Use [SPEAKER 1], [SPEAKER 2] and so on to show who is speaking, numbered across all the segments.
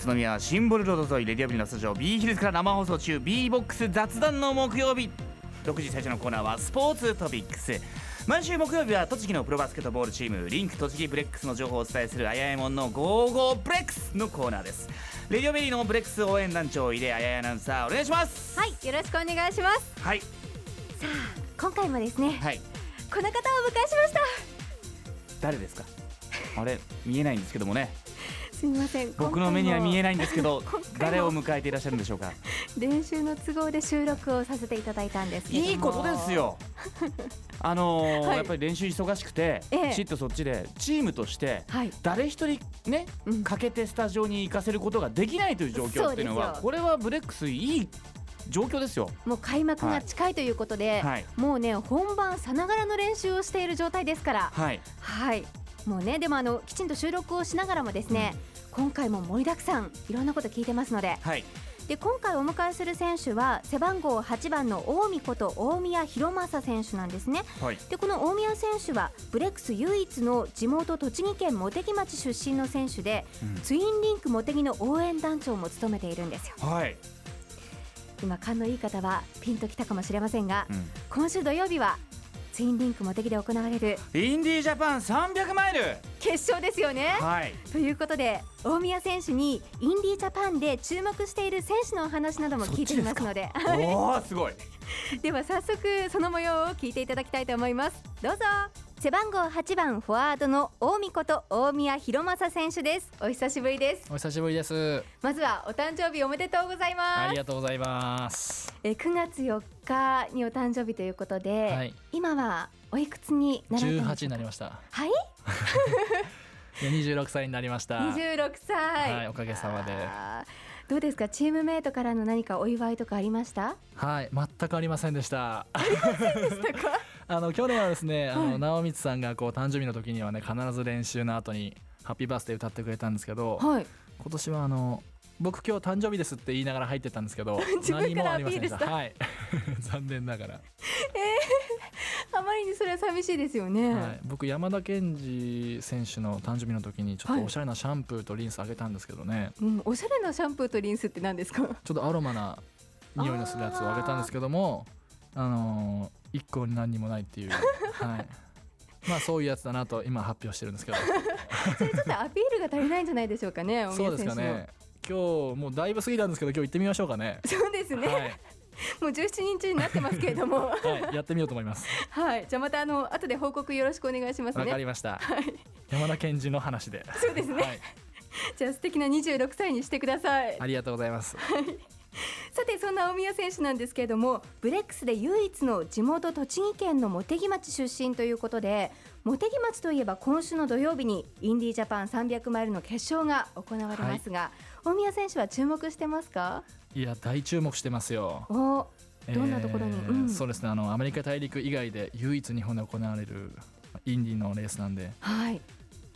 [SPEAKER 1] 宇都宮はシンボルロード沿いレディオビルのスタジオ B ヒルズから生放送中 B ボックス雑談の木曜日6時最初のコーナーはスポーツトピックス毎週木曜日は栃木のプロバスケットボールチームリンク栃木ブレックスの情報をお伝えするあややもんの55ブレックスのコーナーですレディオベリーのブレックス応援団長井出あややアナウンサーお願いします
[SPEAKER 2] はいよろしくお願いします
[SPEAKER 1] はい
[SPEAKER 2] さあ今回もですね
[SPEAKER 1] はい
[SPEAKER 2] この方をお迎えしました
[SPEAKER 1] 誰ですかあれ見えないんですけどもね
[SPEAKER 2] すみません
[SPEAKER 1] 僕の目には見えな
[SPEAKER 2] ない
[SPEAKER 1] いんですけど
[SPEAKER 2] 今回も
[SPEAKER 1] 誰を迎えていらっしゃるんでしょうか
[SPEAKER 2] 練習の都合で収録をさせていただいたんですけども
[SPEAKER 1] いいことですよ。あのー
[SPEAKER 2] はい
[SPEAKER 1] やっぱり練習忙しくて、
[SPEAKER 2] ええ
[SPEAKER 1] きちっとそっちでチームとして
[SPEAKER 2] はい
[SPEAKER 1] 誰一人ね、
[SPEAKER 2] うん
[SPEAKER 1] 欠けてスタジオに行かせることができないという状況っていうの
[SPEAKER 2] そう
[SPEAKER 1] は
[SPEAKER 2] ですよ
[SPEAKER 1] これはブレックスいい状況ですよ。
[SPEAKER 2] もう開幕が近いということで、
[SPEAKER 1] はい
[SPEAKER 2] もうね本番さながらの練習をしている状態ですから
[SPEAKER 1] はい、
[SPEAKER 2] はいもうねでもあのきちんと収録をしながらもですね、今回も盛りだくさんいろんなこと聞いてますので
[SPEAKER 1] はい、
[SPEAKER 2] で今回お迎えする選手は背番号8番の近江こと大宮弘正選手なんですね
[SPEAKER 1] はい、
[SPEAKER 2] でこの大宮選手はブレックス唯一の地元栃木県茂木町出身の選手で、
[SPEAKER 1] うん
[SPEAKER 2] ツインリンク茂木の応援団長も務めているんですよ
[SPEAKER 1] はい、
[SPEAKER 2] 今勘のいい方はピンときたかもしれませんが、
[SPEAKER 1] うん
[SPEAKER 2] 今週土曜日はツインリンク茂木で行われる
[SPEAKER 1] インディージャパン300マイル。
[SPEAKER 2] 決勝ですよね
[SPEAKER 1] はい、
[SPEAKER 2] ということで大宮選手にインディージャパンで注目している選手のお話なども聞いていますので
[SPEAKER 1] おおすごい。
[SPEAKER 2] では早速その模様を聞いていただきたいと思いますどうぞ背番号8番フォワードの近江こと大宮弘正選手ですお久しぶりです
[SPEAKER 3] お久しぶりです。
[SPEAKER 2] まずはお誕生日おめでとうござい
[SPEAKER 3] あ
[SPEAKER 2] ま
[SPEAKER 3] り
[SPEAKER 2] す
[SPEAKER 3] がとうございます。
[SPEAKER 2] えー9月4日にお誕生日ということで、
[SPEAKER 3] はい
[SPEAKER 2] 今はおいくつになられ
[SPEAKER 3] 18
[SPEAKER 2] たんです
[SPEAKER 3] に
[SPEAKER 2] か
[SPEAKER 3] なりました。
[SPEAKER 2] はい
[SPEAKER 3] いや26歳になりました。
[SPEAKER 2] 26歳
[SPEAKER 3] はいおかげさまで
[SPEAKER 2] あーどうですかチームメイトからの何かお祝いとかありま した
[SPEAKER 3] はい、全くありませんでした。 ありませんでしたか。あの去年はですね、あの直光さんがこう誕生日の時にはね、必ず練習の後にハッピーバースデー歌ってくれたんですけど、
[SPEAKER 2] はい、
[SPEAKER 3] 今年はあの僕今日誕生日ですって言いながら入ってったんですけど
[SPEAKER 2] 自分
[SPEAKER 3] 何
[SPEAKER 2] か
[SPEAKER 3] も
[SPEAKER 2] ら
[SPEAKER 3] あ
[SPEAKER 2] ア
[SPEAKER 3] り
[SPEAKER 2] ピー
[SPEAKER 3] ません
[SPEAKER 2] ル
[SPEAKER 3] で
[SPEAKER 2] し
[SPEAKER 3] したた。はい、 残念ながら。
[SPEAKER 2] あまりにそれは寂しいですよね、
[SPEAKER 3] はい、僕山田賢治選手の誕生日の時にちょっとおしゃれなシャンプーとリンスあげたんですけどね、
[SPEAKER 2] うん、おしゃれなシャンプーとリンスって何ですか
[SPEAKER 3] ちょっとアロマな匂いのするやつをあげたんですけどもあのー、一向に何にもないっ ていうはいまあそういうやつだなと今発表してるんで すけど
[SPEAKER 2] それちょっとアピールが足りないんじゃないでしょうかね、大
[SPEAKER 3] そ
[SPEAKER 2] 宮
[SPEAKER 3] うです
[SPEAKER 2] 選
[SPEAKER 3] か
[SPEAKER 2] 手の
[SPEAKER 3] ね。今日もうだいぶ過ぎたんですけど今日行ってみましょうかね
[SPEAKER 2] そうですね、もう17日になってますけれど も、
[SPEAKER 3] はい、はい、やってみようと思います
[SPEAKER 2] はい、じゃあまたあの後で報告よろしくお願いします
[SPEAKER 3] わか
[SPEAKER 2] ね。
[SPEAKER 3] りました、山田賢治の話で
[SPEAKER 2] そうですね
[SPEAKER 3] はい、
[SPEAKER 2] じゃあ素敵な26歳にしてください。
[SPEAKER 3] ありがとうございます
[SPEAKER 2] さてそんな大宮選手なんですけれども、ブレックスで唯一の地元栃木県の茂木町出身ということで、茂木町といえば今週の土曜日にインディージャパン300マイルの決勝が行われますが、大宮選手は注目してますか？
[SPEAKER 3] いや大注目してますよ
[SPEAKER 2] お、どんなところに
[SPEAKER 3] えー
[SPEAKER 2] うん
[SPEAKER 3] そうですねあのアメリカ大陸以外で唯一日本で行われるインディのレースなんで
[SPEAKER 2] はい、
[SPEAKER 3] い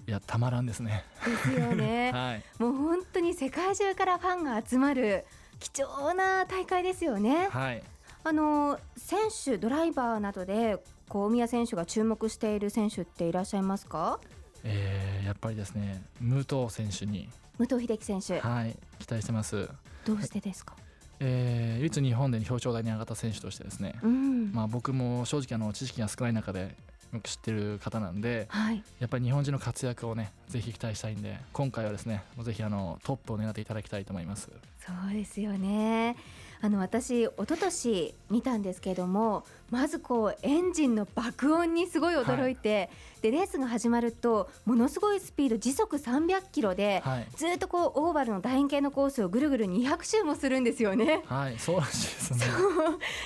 [SPEAKER 3] やたまらんですね、
[SPEAKER 2] ですよ ね。
[SPEAKER 3] はい、
[SPEAKER 2] もう本当に世界中からファンが集まる貴重な大会ですよね。
[SPEAKER 3] はい、
[SPEAKER 2] あの選手、ドライバーなどでこう大宮選手が注目している選手っていらっしゃいますか？
[SPEAKER 3] えーやっぱりですね武藤選手に、
[SPEAKER 2] 武藤秀樹選手、
[SPEAKER 3] はい、期待してます、
[SPEAKER 2] どうしてですか？
[SPEAKER 3] えー唯一日本で表彰台に上がった選手としてですね、
[SPEAKER 2] うん、
[SPEAKER 3] まあ、僕も正直あの知識が少ない中でよく知ってる方なんで
[SPEAKER 2] はい、
[SPEAKER 3] やっぱり日本人の活躍をねぜひ期待したいんで今回はですねぜひあのトップを狙っていただきたいと思います
[SPEAKER 2] そうですよね。あの私一昨年見たんですけども、まずこうエンジンの爆音にすごい驚いて、でレースが始まるとものすごいスピード時速300キロで。
[SPEAKER 3] はい、
[SPEAKER 2] ずっとこうオーバルの楕円形のコースをぐるぐる200周もするんですよね。
[SPEAKER 3] はい、そうらしいですね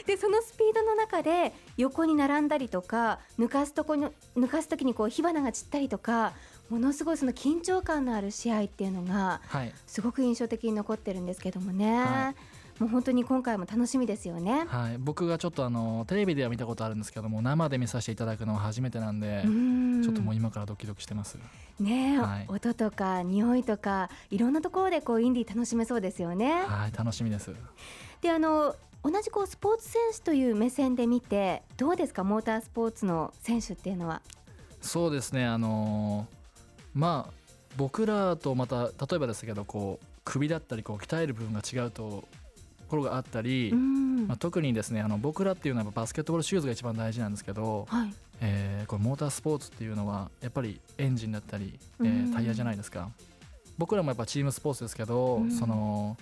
[SPEAKER 2] でそのスピードの中で横に並んだりとか抜かすとこに抜かす時にこう火花が散ったりとかものすごいその緊張感のある試合っていうのが
[SPEAKER 3] はい
[SPEAKER 2] すごく印象的に残ってるんですけどもね、
[SPEAKER 3] は
[SPEAKER 2] もう本当に今回も楽しみですよね。
[SPEAKER 3] はい、僕がちょっとあのテレビでは見たことあるんですけども生で見させていただくのは初めてなんで、
[SPEAKER 2] うん
[SPEAKER 3] ちょっともう今からドキドキしてます
[SPEAKER 2] ねえ、
[SPEAKER 3] はい
[SPEAKER 2] 音とか匂いとかいろんなところでこうインディー楽しめそうですよね。
[SPEAKER 3] はい楽しみです
[SPEAKER 2] であの同じこうスポーツ選手という目線で見てどうですかモータースポーツの選手っていうのは。
[SPEAKER 3] そうですねあのーまあ僕らとまた例えばですけどこう首だったりこう鍛える部分が違うところがあったり、
[SPEAKER 2] うん
[SPEAKER 3] まあ、特にですねあの僕らっていうのはやっぱバスケットボールシューズが一番大事なんですけど、
[SPEAKER 2] はい
[SPEAKER 3] えーこれモータースポーツっていうのはやっぱりエンジンだったり、えー
[SPEAKER 2] うん
[SPEAKER 3] タイヤじゃないですか僕らもやっぱチームスポーツですけど、
[SPEAKER 2] うん
[SPEAKER 3] その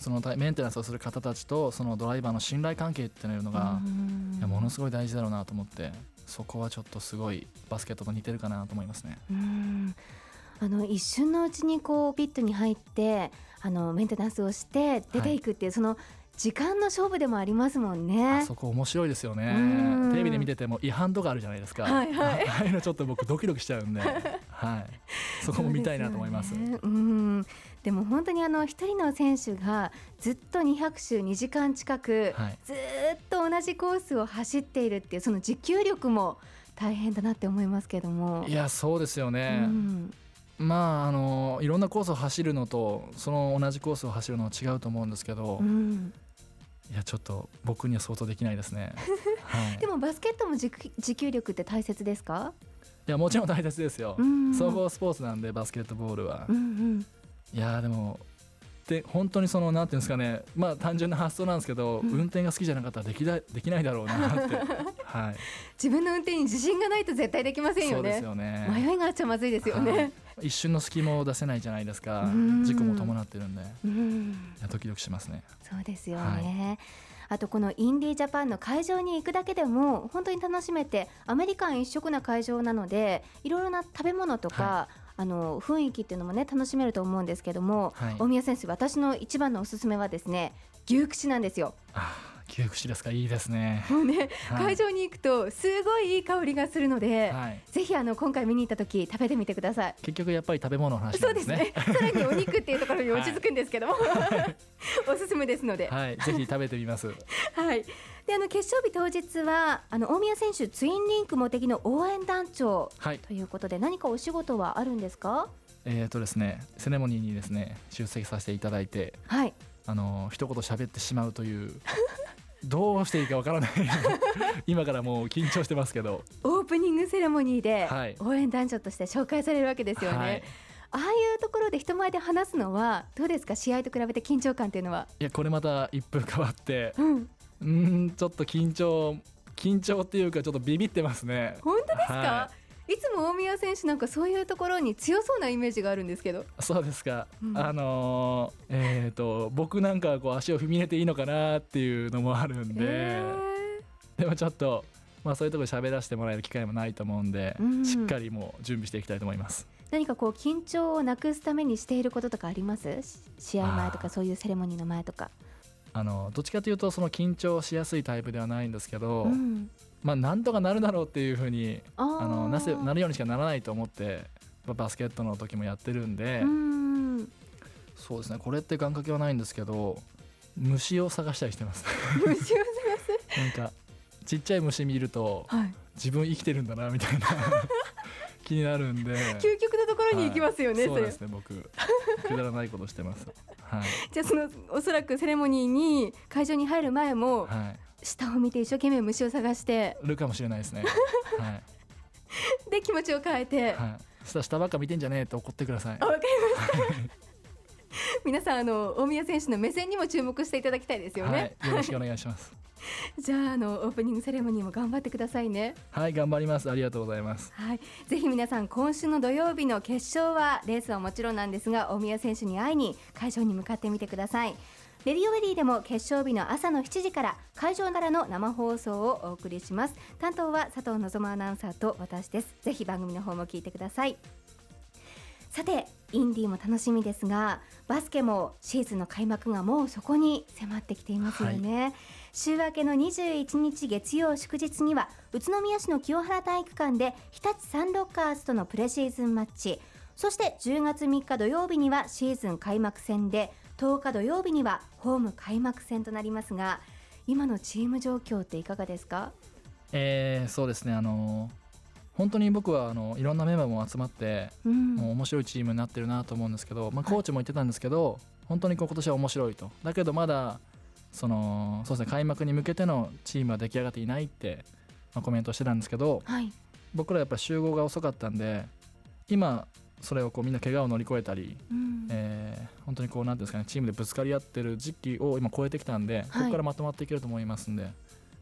[SPEAKER 3] そのタイメンテナンスをする方たちとそのドライバーの信頼関係っていうのが、
[SPEAKER 2] うん
[SPEAKER 3] いやものすごい大事だろうなと思ってそこはちょっとすごいバスケットと似てるかなと思いますね。
[SPEAKER 2] うんあの一瞬のうちにこうピットに入ってあのメンテナンスをして出ていくっていう、その時間の勝負でもありますもん
[SPEAKER 3] あ
[SPEAKER 2] ね。
[SPEAKER 3] そこ面白いですよ
[SPEAKER 2] うん
[SPEAKER 3] ねテレビで見てても違反とかあるじゃないですか、
[SPEAKER 2] はいはい
[SPEAKER 3] ああいうのちょっと僕ドキドキしちゃ うんで、はい、そこも見たいなと思います
[SPEAKER 2] そうでよねうん、でも本当にあの一人の選手がずっと200周2時間近く、
[SPEAKER 3] はい
[SPEAKER 2] ずーっと同じコースを走っているっていうその持久力も大変だなって思いますけども。
[SPEAKER 3] いやそうですよね、
[SPEAKER 2] うん
[SPEAKER 3] まああのいろんなコースを走るのとその同じコースを走るのは違うと思うんですけど、
[SPEAKER 2] うん
[SPEAKER 3] いやちょっと僕には想像できないで すね。はい、
[SPEAKER 2] で
[SPEAKER 3] い
[SPEAKER 2] もバスケットも持久持久力って大切ですか、
[SPEAKER 3] やもちろん大切ですよ、
[SPEAKER 2] うん
[SPEAKER 3] 総合スポーツなんでバスケットボールは。
[SPEAKER 2] うんうん
[SPEAKER 3] いやでもで本当にそのなんていうんですかねまあ単純な発想なんですけど、
[SPEAKER 2] ん
[SPEAKER 3] 運転が好きじゃなかったらできだできないだろうな って、はい、
[SPEAKER 2] 自分の運転に自信がないと絶対できません
[SPEAKER 3] そ
[SPEAKER 2] よ
[SPEAKER 3] うです
[SPEAKER 2] ね。
[SPEAKER 3] よね。
[SPEAKER 2] 迷いがあっちゃまずいですよね。
[SPEAKER 3] はい一瞬の隙間を出せないじゃないですか
[SPEAKER 2] うん
[SPEAKER 3] 事故も伴ってるんでい
[SPEAKER 2] うん、
[SPEAKER 3] やドキドキしますね。
[SPEAKER 2] そうですよね。あとこのインディージャパンの会場に行くだけでも本当に楽しめてアメリカン一色な会場なのでいろいろな食べ物とか、
[SPEAKER 3] は
[SPEAKER 2] あの雰囲気っていうのもね楽しめると思うんですけども、
[SPEAKER 3] はい
[SPEAKER 2] 大宮先生私の一番のおすすめはですね牛串なんですよ。
[SPEAKER 3] あー窮屈ですかいいですね。
[SPEAKER 2] もうね、
[SPEAKER 3] はい
[SPEAKER 2] 会場に行くとすごいいい香りがするので、
[SPEAKER 3] はい
[SPEAKER 2] ぜひあの今回見に行った時食べてみてください。
[SPEAKER 3] 結局やっぱり食べ物の話
[SPEAKER 2] そう
[SPEAKER 3] な
[SPEAKER 2] んです
[SPEAKER 3] で
[SPEAKER 2] すねさ
[SPEAKER 3] ね。。
[SPEAKER 2] らにお肉っていうところに落ち着くんですけども、 おすすめですので、はい。
[SPEAKER 3] はい、ぜひ食べてみます。
[SPEAKER 2] で、あの決勝日当日はあの大宮選手ツインリンク茂木の応援団長
[SPEAKER 3] はい、
[SPEAKER 2] ということで何かお仕事はあるんですか？
[SPEAKER 3] えっ、とですね、セレモニーにですね、出席させていただいて、
[SPEAKER 2] はい。
[SPEAKER 3] あの一言喋ってしまう という。どうしていいかわからない。今からもう緊張してますけど。
[SPEAKER 2] オープニングセレモニーで
[SPEAKER 3] はい
[SPEAKER 2] 応援団長として紹介されるわけですよね。
[SPEAKER 3] はい、
[SPEAKER 2] ああいうところで人前で話すのはどうですか？試合と比べて緊張感っていうのは。
[SPEAKER 3] いや、これまた一風変わって、
[SPEAKER 2] うん。
[SPEAKER 3] うーん、ちょっと緊張、緊張っていうか、ちょっとビビってますね。
[SPEAKER 2] 本当ですか？、
[SPEAKER 3] はい
[SPEAKER 2] つも大宮選手なんかそういうところに強そうなイメージがあるんですけど。
[SPEAKER 3] そうですか、
[SPEAKER 2] うん
[SPEAKER 3] あのーえっ、と僕なんかはこう足を踏み入れていいのかなっていうのもあるんで、
[SPEAKER 2] え
[SPEAKER 3] でもちょっと、まあ、そういうところ喋らせてもらえる機会もないと思うんで、
[SPEAKER 2] うん
[SPEAKER 3] しっかりもう準備していきたいと思います。
[SPEAKER 2] 何かこう緊張をなくすためにしていることとかありますし試合前と
[SPEAKER 3] あ
[SPEAKER 2] か
[SPEAKER 3] ー
[SPEAKER 2] そういうセレモニーの前とか。
[SPEAKER 3] あのどっちかというとその緊張しやすいタイプではないんですけど、
[SPEAKER 2] うん、
[SPEAKER 3] まあなんとかなるだろうっていうふうに
[SPEAKER 2] あー
[SPEAKER 3] あのなせなるようにしかならないと思ってまあバスケットの時もやってるんで、
[SPEAKER 2] うん
[SPEAKER 3] そうですねこれって願掛けはないんですけど虫を探したりしてます
[SPEAKER 2] 虫を探す
[SPEAKER 3] なんかちっちゃい虫見ると
[SPEAKER 2] はい
[SPEAKER 3] 自分生きてるんだなみ たいな気になるんで
[SPEAKER 2] 究極のところに行きますよね、
[SPEAKER 3] はい
[SPEAKER 2] そ
[SPEAKER 3] そう
[SPEAKER 2] れ
[SPEAKER 3] ですね僕くだらないことしてますはい、
[SPEAKER 2] じゃあそのおそらくセレモニーに会場に入る前も、
[SPEAKER 3] は
[SPEAKER 2] 下を見て一生懸命虫を探して
[SPEAKER 3] い、いるかもしれないですねは
[SPEAKER 2] で気持ちを変えて、
[SPEAKER 3] い、 はい、そしたら下ばっか見てんじゃねえって怒ってください
[SPEAKER 2] あわかりました皆さんあの大宮選手の目線にも注目していただきたいですよ
[SPEAKER 3] は
[SPEAKER 2] ね、
[SPEAKER 3] い、よろしくお願いします
[SPEAKER 2] じゃああのオープニングセレモニーも頑張ってくださいね
[SPEAKER 3] はい頑張りますありがとうございます
[SPEAKER 2] はい、ぜひ皆さん今週の土曜日の決勝はレースはもちろんなんですが大宮選手に会いに会場に向かってみてくださいレディオレディでも決勝日の朝の7時から会場からの生放送をお送りします担当は佐藤望アナウンサーと私ですぜひ番組の方も聞いてくださいさてインディーも楽しみですがバスケもシーズンの開幕がもうそこに迫ってきていますよね、週明けの21日月曜祝日には宇都宮市の清原体育館で日立サンロッカーズとのプレシーズンマッチそして10月3日土曜日にはシーズン開幕戦で10日土曜日にはホーム開幕戦となりますが今のチーム状況っていかがですか
[SPEAKER 3] えー、そうですねあの本当に僕はあのいろんなメンバーも集まって
[SPEAKER 2] うん
[SPEAKER 3] もう面白いチームになってるなと思うんですけど、まあ、コーチも言ってたんですけど本当にこう今年は面白いとだけどまだそのそうです、ね、開幕に向けてのチームは出来上がっていないって、まあ、コメントしてたんですけど
[SPEAKER 2] はい
[SPEAKER 3] 僕らやっぱ集合が遅かったんで今それをこうみんな怪我を乗り越えたり
[SPEAKER 2] うん
[SPEAKER 3] えー本当にこうなんていうんですかねチームでぶつかり合ってる時期を今超えてきたんで、ここからまとまっていけると思いますんで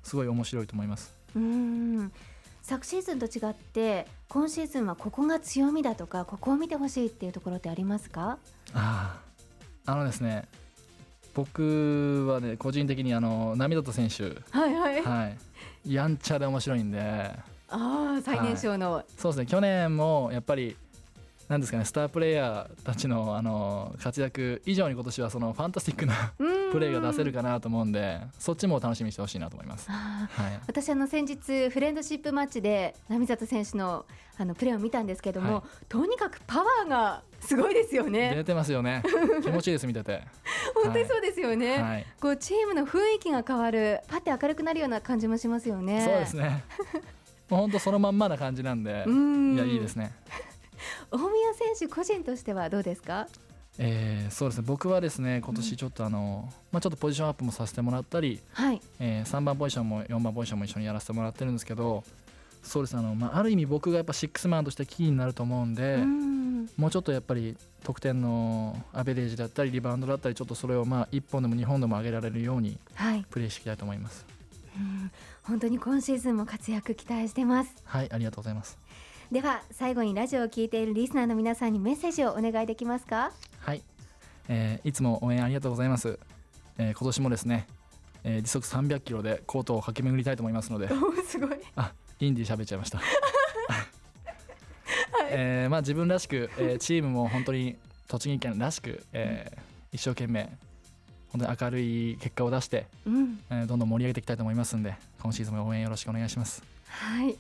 [SPEAKER 3] すごい面白いと思います。
[SPEAKER 2] うーん昨シーズンと違って今シーズンはここが強みだとかここを見てほしいっていうところってありますか
[SPEAKER 3] あーあのですね僕はね個人的にあの波立選手、
[SPEAKER 2] はいはい、
[SPEAKER 3] はい、やんちゃで面白いんで
[SPEAKER 2] ああ最年少の、
[SPEAKER 3] そうですね去年もやっぱりなんですかねスタープレイヤーたちのあの活躍以上に今年はそのファンタスティックな
[SPEAKER 2] うーん
[SPEAKER 3] プレーが出せるかなと思うんでそっちも楽しみにしてほしいなと思います。
[SPEAKER 2] あー
[SPEAKER 3] はい
[SPEAKER 2] 私あの先日フレンドシップマッチで並里選手のあのプレーを見たんですけども、
[SPEAKER 3] はい
[SPEAKER 2] とにかくパワーがすごいですよね
[SPEAKER 3] 出てますよね気持ちいいです見てて、
[SPEAKER 2] 本当にそうですよね、
[SPEAKER 3] はい、
[SPEAKER 2] こうチームの雰囲気が変わるパって明るくなるような感じもしますよね
[SPEAKER 3] そうで すねもう本当そのまんまな感じなんで
[SPEAKER 2] うーん
[SPEAKER 3] いやいいですね
[SPEAKER 2] 大宮選手個人としてはどうですか
[SPEAKER 3] えーそうですね僕はですね今年ちょっとあの、まあ、ちょっとポジションアップもさせてもらったり、
[SPEAKER 2] はい
[SPEAKER 3] え3番ポジションも4番ポジションも一緒にやらせてもらってるんですけどそうですねあの、まあ、ある意味僕がやっぱシックスマンとしてキーになると思うんで、
[SPEAKER 2] うーん
[SPEAKER 3] もうちょっとやっぱり得点のアベレージだったりリバウンドだったりちょっとそれをまあ1本でも2本でも上げられるように
[SPEAKER 2] はい
[SPEAKER 3] プレーしていきたいと思います
[SPEAKER 2] 本当に今シーズンも活躍期待してます
[SPEAKER 3] はいありがとうございます
[SPEAKER 2] では最後にラジオを聞いているリスナーの皆さんにメッセージをお願いできますか
[SPEAKER 3] はい、えーいつも応援ありがとうございます、えー今年もですね、えー時速300キロでコートを駆け巡りたいと思いますので
[SPEAKER 2] おすごい
[SPEAKER 3] あインディ喋っちゃいました、 えーまあ、自分らしく、えーチームも本当に栃木県らしく、えー一生懸命本当に明るい結果を出して、
[SPEAKER 2] うん
[SPEAKER 3] えーどんどん盛り上げていきたいと思いますんで今シーズンも応援よろしくお願いします
[SPEAKER 2] はい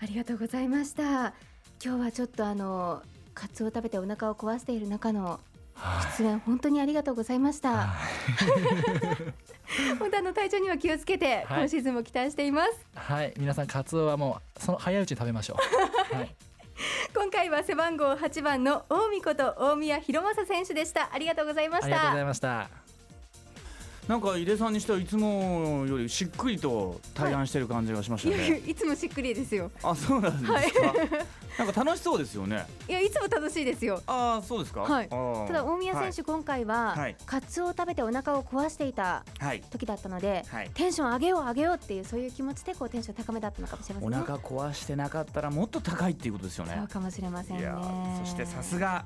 [SPEAKER 2] ありがとうございました今日はちょっとあのカツオを食べてお腹を壊している中の出演本当にありがとうございました
[SPEAKER 3] は
[SPEAKER 2] 本当あの体調には気をつけて、
[SPEAKER 3] はい
[SPEAKER 2] 今シーズンも期待しています
[SPEAKER 3] はい皆さんカツオはもうその早いうちに食べましょう、はい、
[SPEAKER 2] 今回は背番号8番の大見こと大宮博正選手でしたありがとうございま
[SPEAKER 3] あ
[SPEAKER 2] し
[SPEAKER 3] りがとうござ
[SPEAKER 2] た
[SPEAKER 3] いました
[SPEAKER 1] なんか井出さんにしてはいつもよりしっくりと対談してる感じがしまし
[SPEAKER 2] い
[SPEAKER 1] た
[SPEAKER 2] やいや
[SPEAKER 1] ね。
[SPEAKER 2] いつもしっくりですよ
[SPEAKER 1] あ、そうなんですか。
[SPEAKER 2] はい
[SPEAKER 1] なんか楽しそうですよね。
[SPEAKER 2] いやいつも楽しいですよ
[SPEAKER 1] ああ、そうですか。
[SPEAKER 2] はい
[SPEAKER 1] あー
[SPEAKER 2] ただ大宮選手、今回は、
[SPEAKER 1] はい
[SPEAKER 2] カツオを食べてお腹を壊していた
[SPEAKER 1] はい。
[SPEAKER 2] 時だったので、
[SPEAKER 1] はい。
[SPEAKER 2] テンション上げよう上げようっていうそういう気持ちでこうテンション高めだったのかもしれませ
[SPEAKER 1] お
[SPEAKER 2] んね。
[SPEAKER 1] 腹壊してなかったらもっと高いっていうことですよ
[SPEAKER 2] そ
[SPEAKER 1] ね
[SPEAKER 2] う。かもしれません
[SPEAKER 1] い
[SPEAKER 2] ね
[SPEAKER 1] や。ーそしてさすが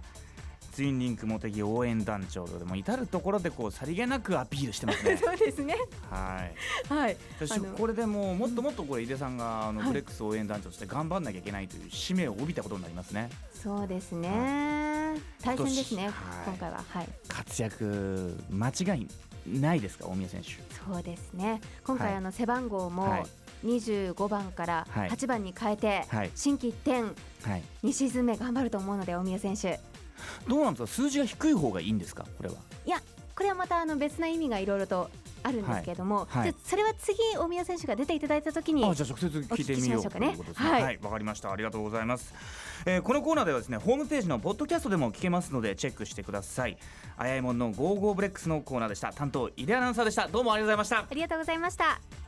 [SPEAKER 1] ツインリンク茂木応援団長でも至る所でこうさりげなくアピールしてますね。
[SPEAKER 2] そうですね。
[SPEAKER 1] はい。
[SPEAKER 2] はい。
[SPEAKER 1] そし
[SPEAKER 2] あ
[SPEAKER 1] て
[SPEAKER 2] の
[SPEAKER 1] これでもうもっともっとこれ井出さんがあの
[SPEAKER 2] はい
[SPEAKER 1] ブレックス応援団長として頑張んなきゃいけないという使命を帯びたことになりますね。
[SPEAKER 2] そうですね。対戦ですね
[SPEAKER 1] 今年はい。
[SPEAKER 2] 今回ははい。
[SPEAKER 1] 活躍間違いないですか大宮選手。
[SPEAKER 2] そうですね。今回
[SPEAKER 1] はい
[SPEAKER 2] あの背番号
[SPEAKER 1] は
[SPEAKER 2] も
[SPEAKER 1] い
[SPEAKER 2] 25番から
[SPEAKER 1] はい
[SPEAKER 2] 8番に変えて
[SPEAKER 1] はい
[SPEAKER 2] 新規一点
[SPEAKER 1] はい。
[SPEAKER 2] 2シーズン目頑張ると思うので大宮選手。
[SPEAKER 1] どうなんですか数字が低い方がいいんですかこれは。
[SPEAKER 2] これはまたあの別な意味がいろいろとあるんですけども、
[SPEAKER 1] はいはい
[SPEAKER 2] じゃあそれは次大宮選手が出ていただいた時に
[SPEAKER 1] あじゃあ直接聞いてみよう
[SPEAKER 2] お聞きしまし
[SPEAKER 1] と
[SPEAKER 2] ょうか
[SPEAKER 1] い
[SPEAKER 2] ね
[SPEAKER 1] うことですね。は、
[SPEAKER 2] はいい
[SPEAKER 1] わ、かりました。ありがとうございます。えーこのコーナーではですね、ホームページのポッドキャストでも聞けますのでチェックしてください。あやいもんのゴーゴーブレックスのコーナーでした。担当井出アナウンサーでした。どうもありがとうございました。
[SPEAKER 2] ありがとうございました。